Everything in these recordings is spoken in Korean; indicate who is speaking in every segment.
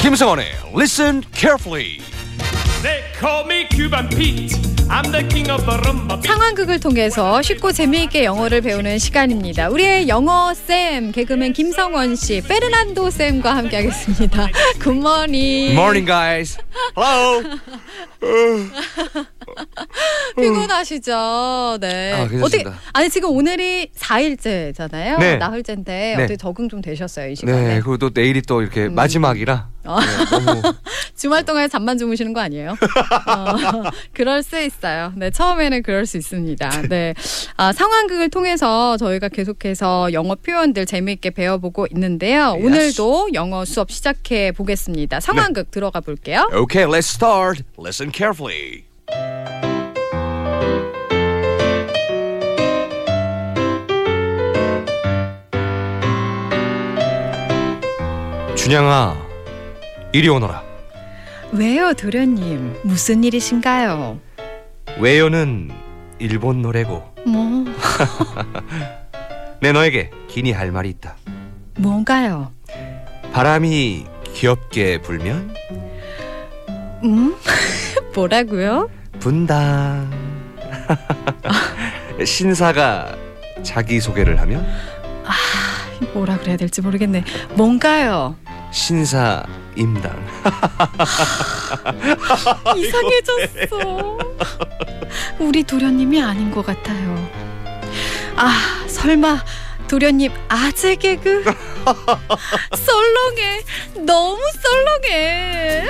Speaker 1: 김성원의 Listen Carefully.
Speaker 2: They call me Cuban Pete. I'm the king of the rumba beat.
Speaker 3: 상황극을 통해서 쉽고 재미있게 영어를 배우는 시간입니다. 우리의 영어 쌤 개그맨 김성원 씨, 페르난도 쌤과 함께하겠습니다. 굿모닝.
Speaker 1: Morning guys. Hello.
Speaker 3: 피곤하시죠? 네.
Speaker 1: 아, 괜찮습니다.
Speaker 3: 어떻게 아니 지금 오늘이 4일째잖아요.
Speaker 1: 네.
Speaker 3: 나흘째인데
Speaker 1: 네.
Speaker 3: 어떻게 적응 좀 되셨어요, 이 시간에?
Speaker 1: 네, 그리고 또 내일이 또 이렇게 마지막이라
Speaker 3: 어.
Speaker 1: 네, 너무
Speaker 3: 주말 동안 잠만 주무시는 거 아니에요? 어, 그럴 수 있어요. 네, 처음에는 그럴 수 있습니다. 네. 아, 상황극을 통해서 저희가 계속해서 영어 표현들 재미있게 배워보고 있는데요.
Speaker 1: Yes.
Speaker 3: 오늘도 영어 수업 시작해 보겠습니다. 상황극
Speaker 1: 네.
Speaker 3: 들어가 볼게요.
Speaker 1: Okay, let's start. Listen carefully. 준양아, 이리 오너라.
Speaker 3: 왜요, 도련님? 무슨 일이신가요?
Speaker 1: 외연은 일본 노래고
Speaker 3: 뭐,
Speaker 1: 내 너에게 기니 할 말이 있다.
Speaker 3: 뭔가요?
Speaker 1: 바람이 귀엽게 불면
Speaker 3: 음? 뭐라고요?
Speaker 1: 분당. 신사가 자기 소개를 하면
Speaker 3: 뭐라 그래야 될지 모르겠네. 뭔가요?
Speaker 1: 신사 임당.
Speaker 3: 이상해졌어. 우리 도련님이 아닌 것 같아요. 아, 설마 도련님 아재 개그? 썰렁해. 너무 썰렁해.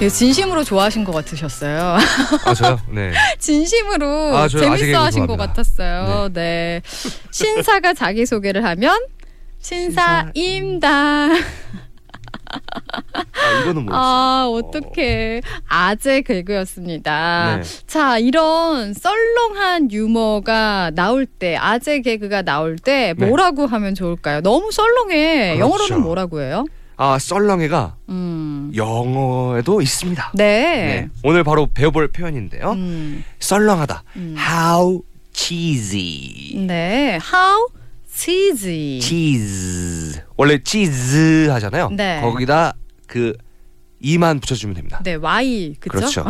Speaker 3: 예, 진심으로 좋아하신 것 같으셨어요.
Speaker 1: 아 저요? 네.
Speaker 3: 진심으로
Speaker 1: 아, 저요. 아재 개그
Speaker 3: 재밌어 하신 것
Speaker 1: 좋아합니다.
Speaker 3: 같았어요. 네. 신사가 자기소개를 하면 신사임당.
Speaker 1: 아 이거는 뭐?
Speaker 3: 아, 어떡해. 아재 개그였습니다.
Speaker 1: 네.
Speaker 3: 자, 이런 썰렁한 유머가 나올 때, 아재 개그가 나올 때
Speaker 1: 네.
Speaker 3: 뭐라고 하면 좋을까요? 너무 썰렁해.
Speaker 1: 그렇죠.
Speaker 3: 영어로는 뭐라고 해요?
Speaker 1: 아 썰렁이가
Speaker 3: 음.
Speaker 1: 영어에도 있습니다.
Speaker 3: 네.
Speaker 1: 오늘 바로 배워볼 표현인데요.
Speaker 3: 음.
Speaker 1: 썰렁하다.
Speaker 3: 음.
Speaker 1: How cheesy.
Speaker 3: 네. How cheesy.
Speaker 1: cheese. 원래 cheese 하잖아요.
Speaker 3: 네.
Speaker 1: 거기다 그 이만 붙여주면 됩니다.
Speaker 3: 네, Y. 그쵸?
Speaker 1: 그렇죠.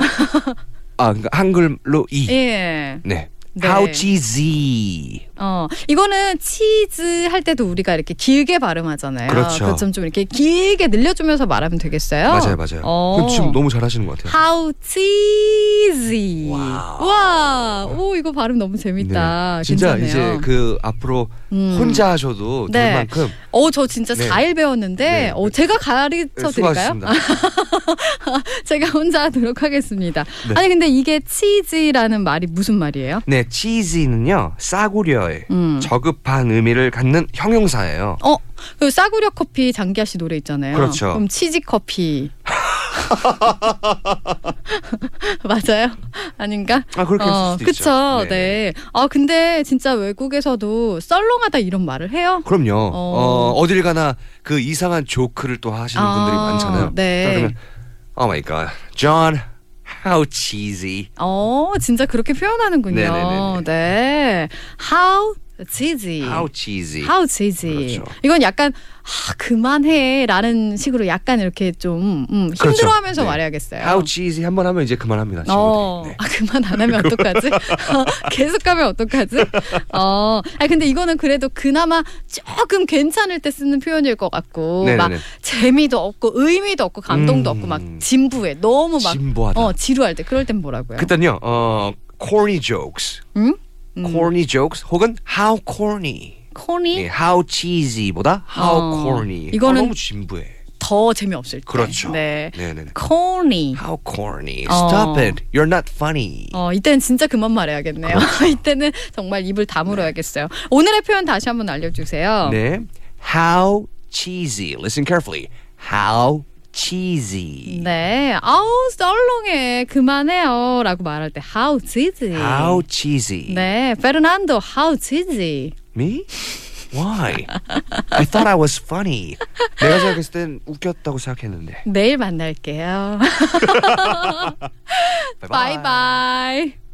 Speaker 1: 아 그러니까 한글로 이.
Speaker 3: 예.
Speaker 1: 네.
Speaker 3: 네.
Speaker 1: How cheesy.
Speaker 3: 어, 이거는 치즈 할 때도 우리가 이렇게 길게 발음하잖아요.
Speaker 1: 그렇죠.
Speaker 3: 그좀 좀 이렇게 길게 늘려주면서 말하면 되겠어요.
Speaker 1: 맞아요, 맞아요.
Speaker 3: 어.
Speaker 1: 그럼 지금 너무 잘하시는 것 같아요.
Speaker 3: How cheesy.
Speaker 1: 와우.
Speaker 3: 와, 오 이거 발음 너무 재밌다.
Speaker 1: 네. 진짜
Speaker 3: 괜찮네요.
Speaker 1: 이제 그 앞으로
Speaker 3: 음.
Speaker 1: 혼자 하셔도
Speaker 3: 네.
Speaker 1: 될 만큼
Speaker 3: 어, 저 진짜
Speaker 1: 네.
Speaker 3: 4일 배웠는데,
Speaker 1: 네.
Speaker 3: 어, 제가 가르쳐 드릴까요?
Speaker 1: 수고하셨습니다.
Speaker 3: 제가 혼자 하도록 하겠습니다.
Speaker 1: 네.
Speaker 3: 아니, 근데 이게 치즈라는 말이 무슨 말이에요?
Speaker 1: 네, cheesy는요 싸구려의
Speaker 3: 음.
Speaker 1: 저급한 의미를 갖는 형용사예요.
Speaker 3: 어, 그 싸구려 커피 장기하 씨 노래 있잖아요.
Speaker 1: 그렇죠.
Speaker 3: 그럼 치즈 커피. 맞아요? 아닌가?
Speaker 1: 아 그렇게
Speaker 3: 어,
Speaker 1: 했을 수도 있죠.
Speaker 3: 그쵸. 네. 아, 근데 진짜 외국에서도 썰렁하다 이런 말을 해요.
Speaker 1: 그럼요.
Speaker 3: 어.
Speaker 1: 어. 어딜 가나 그 이상한 조크를 또 하시는
Speaker 3: 아,
Speaker 1: 분들이 많잖아요.
Speaker 3: 네.
Speaker 1: 그러면 Oh my God, John, how cheesy.
Speaker 3: 어, 진짜 그렇게 표현하는군요.
Speaker 1: 네네네네.
Speaker 3: 네. How cheesy.
Speaker 1: How cheesy.
Speaker 3: How cheesy.
Speaker 1: 그렇죠.
Speaker 3: 이건 약간 아, 그만해라는 식으로 약간 이렇게 좀 음,
Speaker 1: 그렇죠.
Speaker 3: 힘들어하면서
Speaker 1: 네.
Speaker 3: 말해야겠어요.
Speaker 1: How cheesy 한번 하면 이제 그만합니다.
Speaker 3: 어,
Speaker 1: 친구들이. 네.
Speaker 3: 아, 그만 안 하면 어떡하지? 계속 가면 어떡하지? 어, 아 근데 이거는 그래도 그나마 조금 괜찮을 때 쓰는 표현일 것 같고 막
Speaker 1: 네네네.
Speaker 3: 재미도 없고 의미도 없고 감동도
Speaker 1: 음.
Speaker 3: 없고 막 진부해 너무 막
Speaker 1: 진보하다.
Speaker 3: 어, 지루할 때 그럴 땐 뭐라고요?
Speaker 1: 그땐요. 어, corny jokes.
Speaker 3: 응? 음.
Speaker 1: corny jokes 혹은 how corny.
Speaker 3: 코니
Speaker 1: 예, how cheesy보다 how
Speaker 3: 어,
Speaker 1: corny.
Speaker 3: 이거는
Speaker 1: 아, 너무 진부해.
Speaker 3: 더 재미없을 때.
Speaker 1: 그렇죠.
Speaker 3: 네.
Speaker 1: 네네네.
Speaker 3: 코니.
Speaker 1: How corny.
Speaker 3: 어.
Speaker 1: Stop it. You're not funny.
Speaker 3: 어, 이때는 진짜 그만 말해야겠네요.
Speaker 1: 그렇죠.
Speaker 3: 이때는 정말 입을 다물어야겠어요. 오늘의 표현 다시 한번 알려주세요.
Speaker 1: 네. How cheesy. Listen carefully. How cheesy.
Speaker 3: 네. 아우 썰렁해 그만해요라고 말할 때 how cheesy.
Speaker 1: How cheesy.
Speaker 3: 네, 페르난도 how cheesy.
Speaker 1: Me? Why? I thought I was funny. 내가 생각했을 땐 웃겼다고 생각했는데.
Speaker 3: 내일 만날게요.
Speaker 1: Bye bye.
Speaker 3: 바이바이.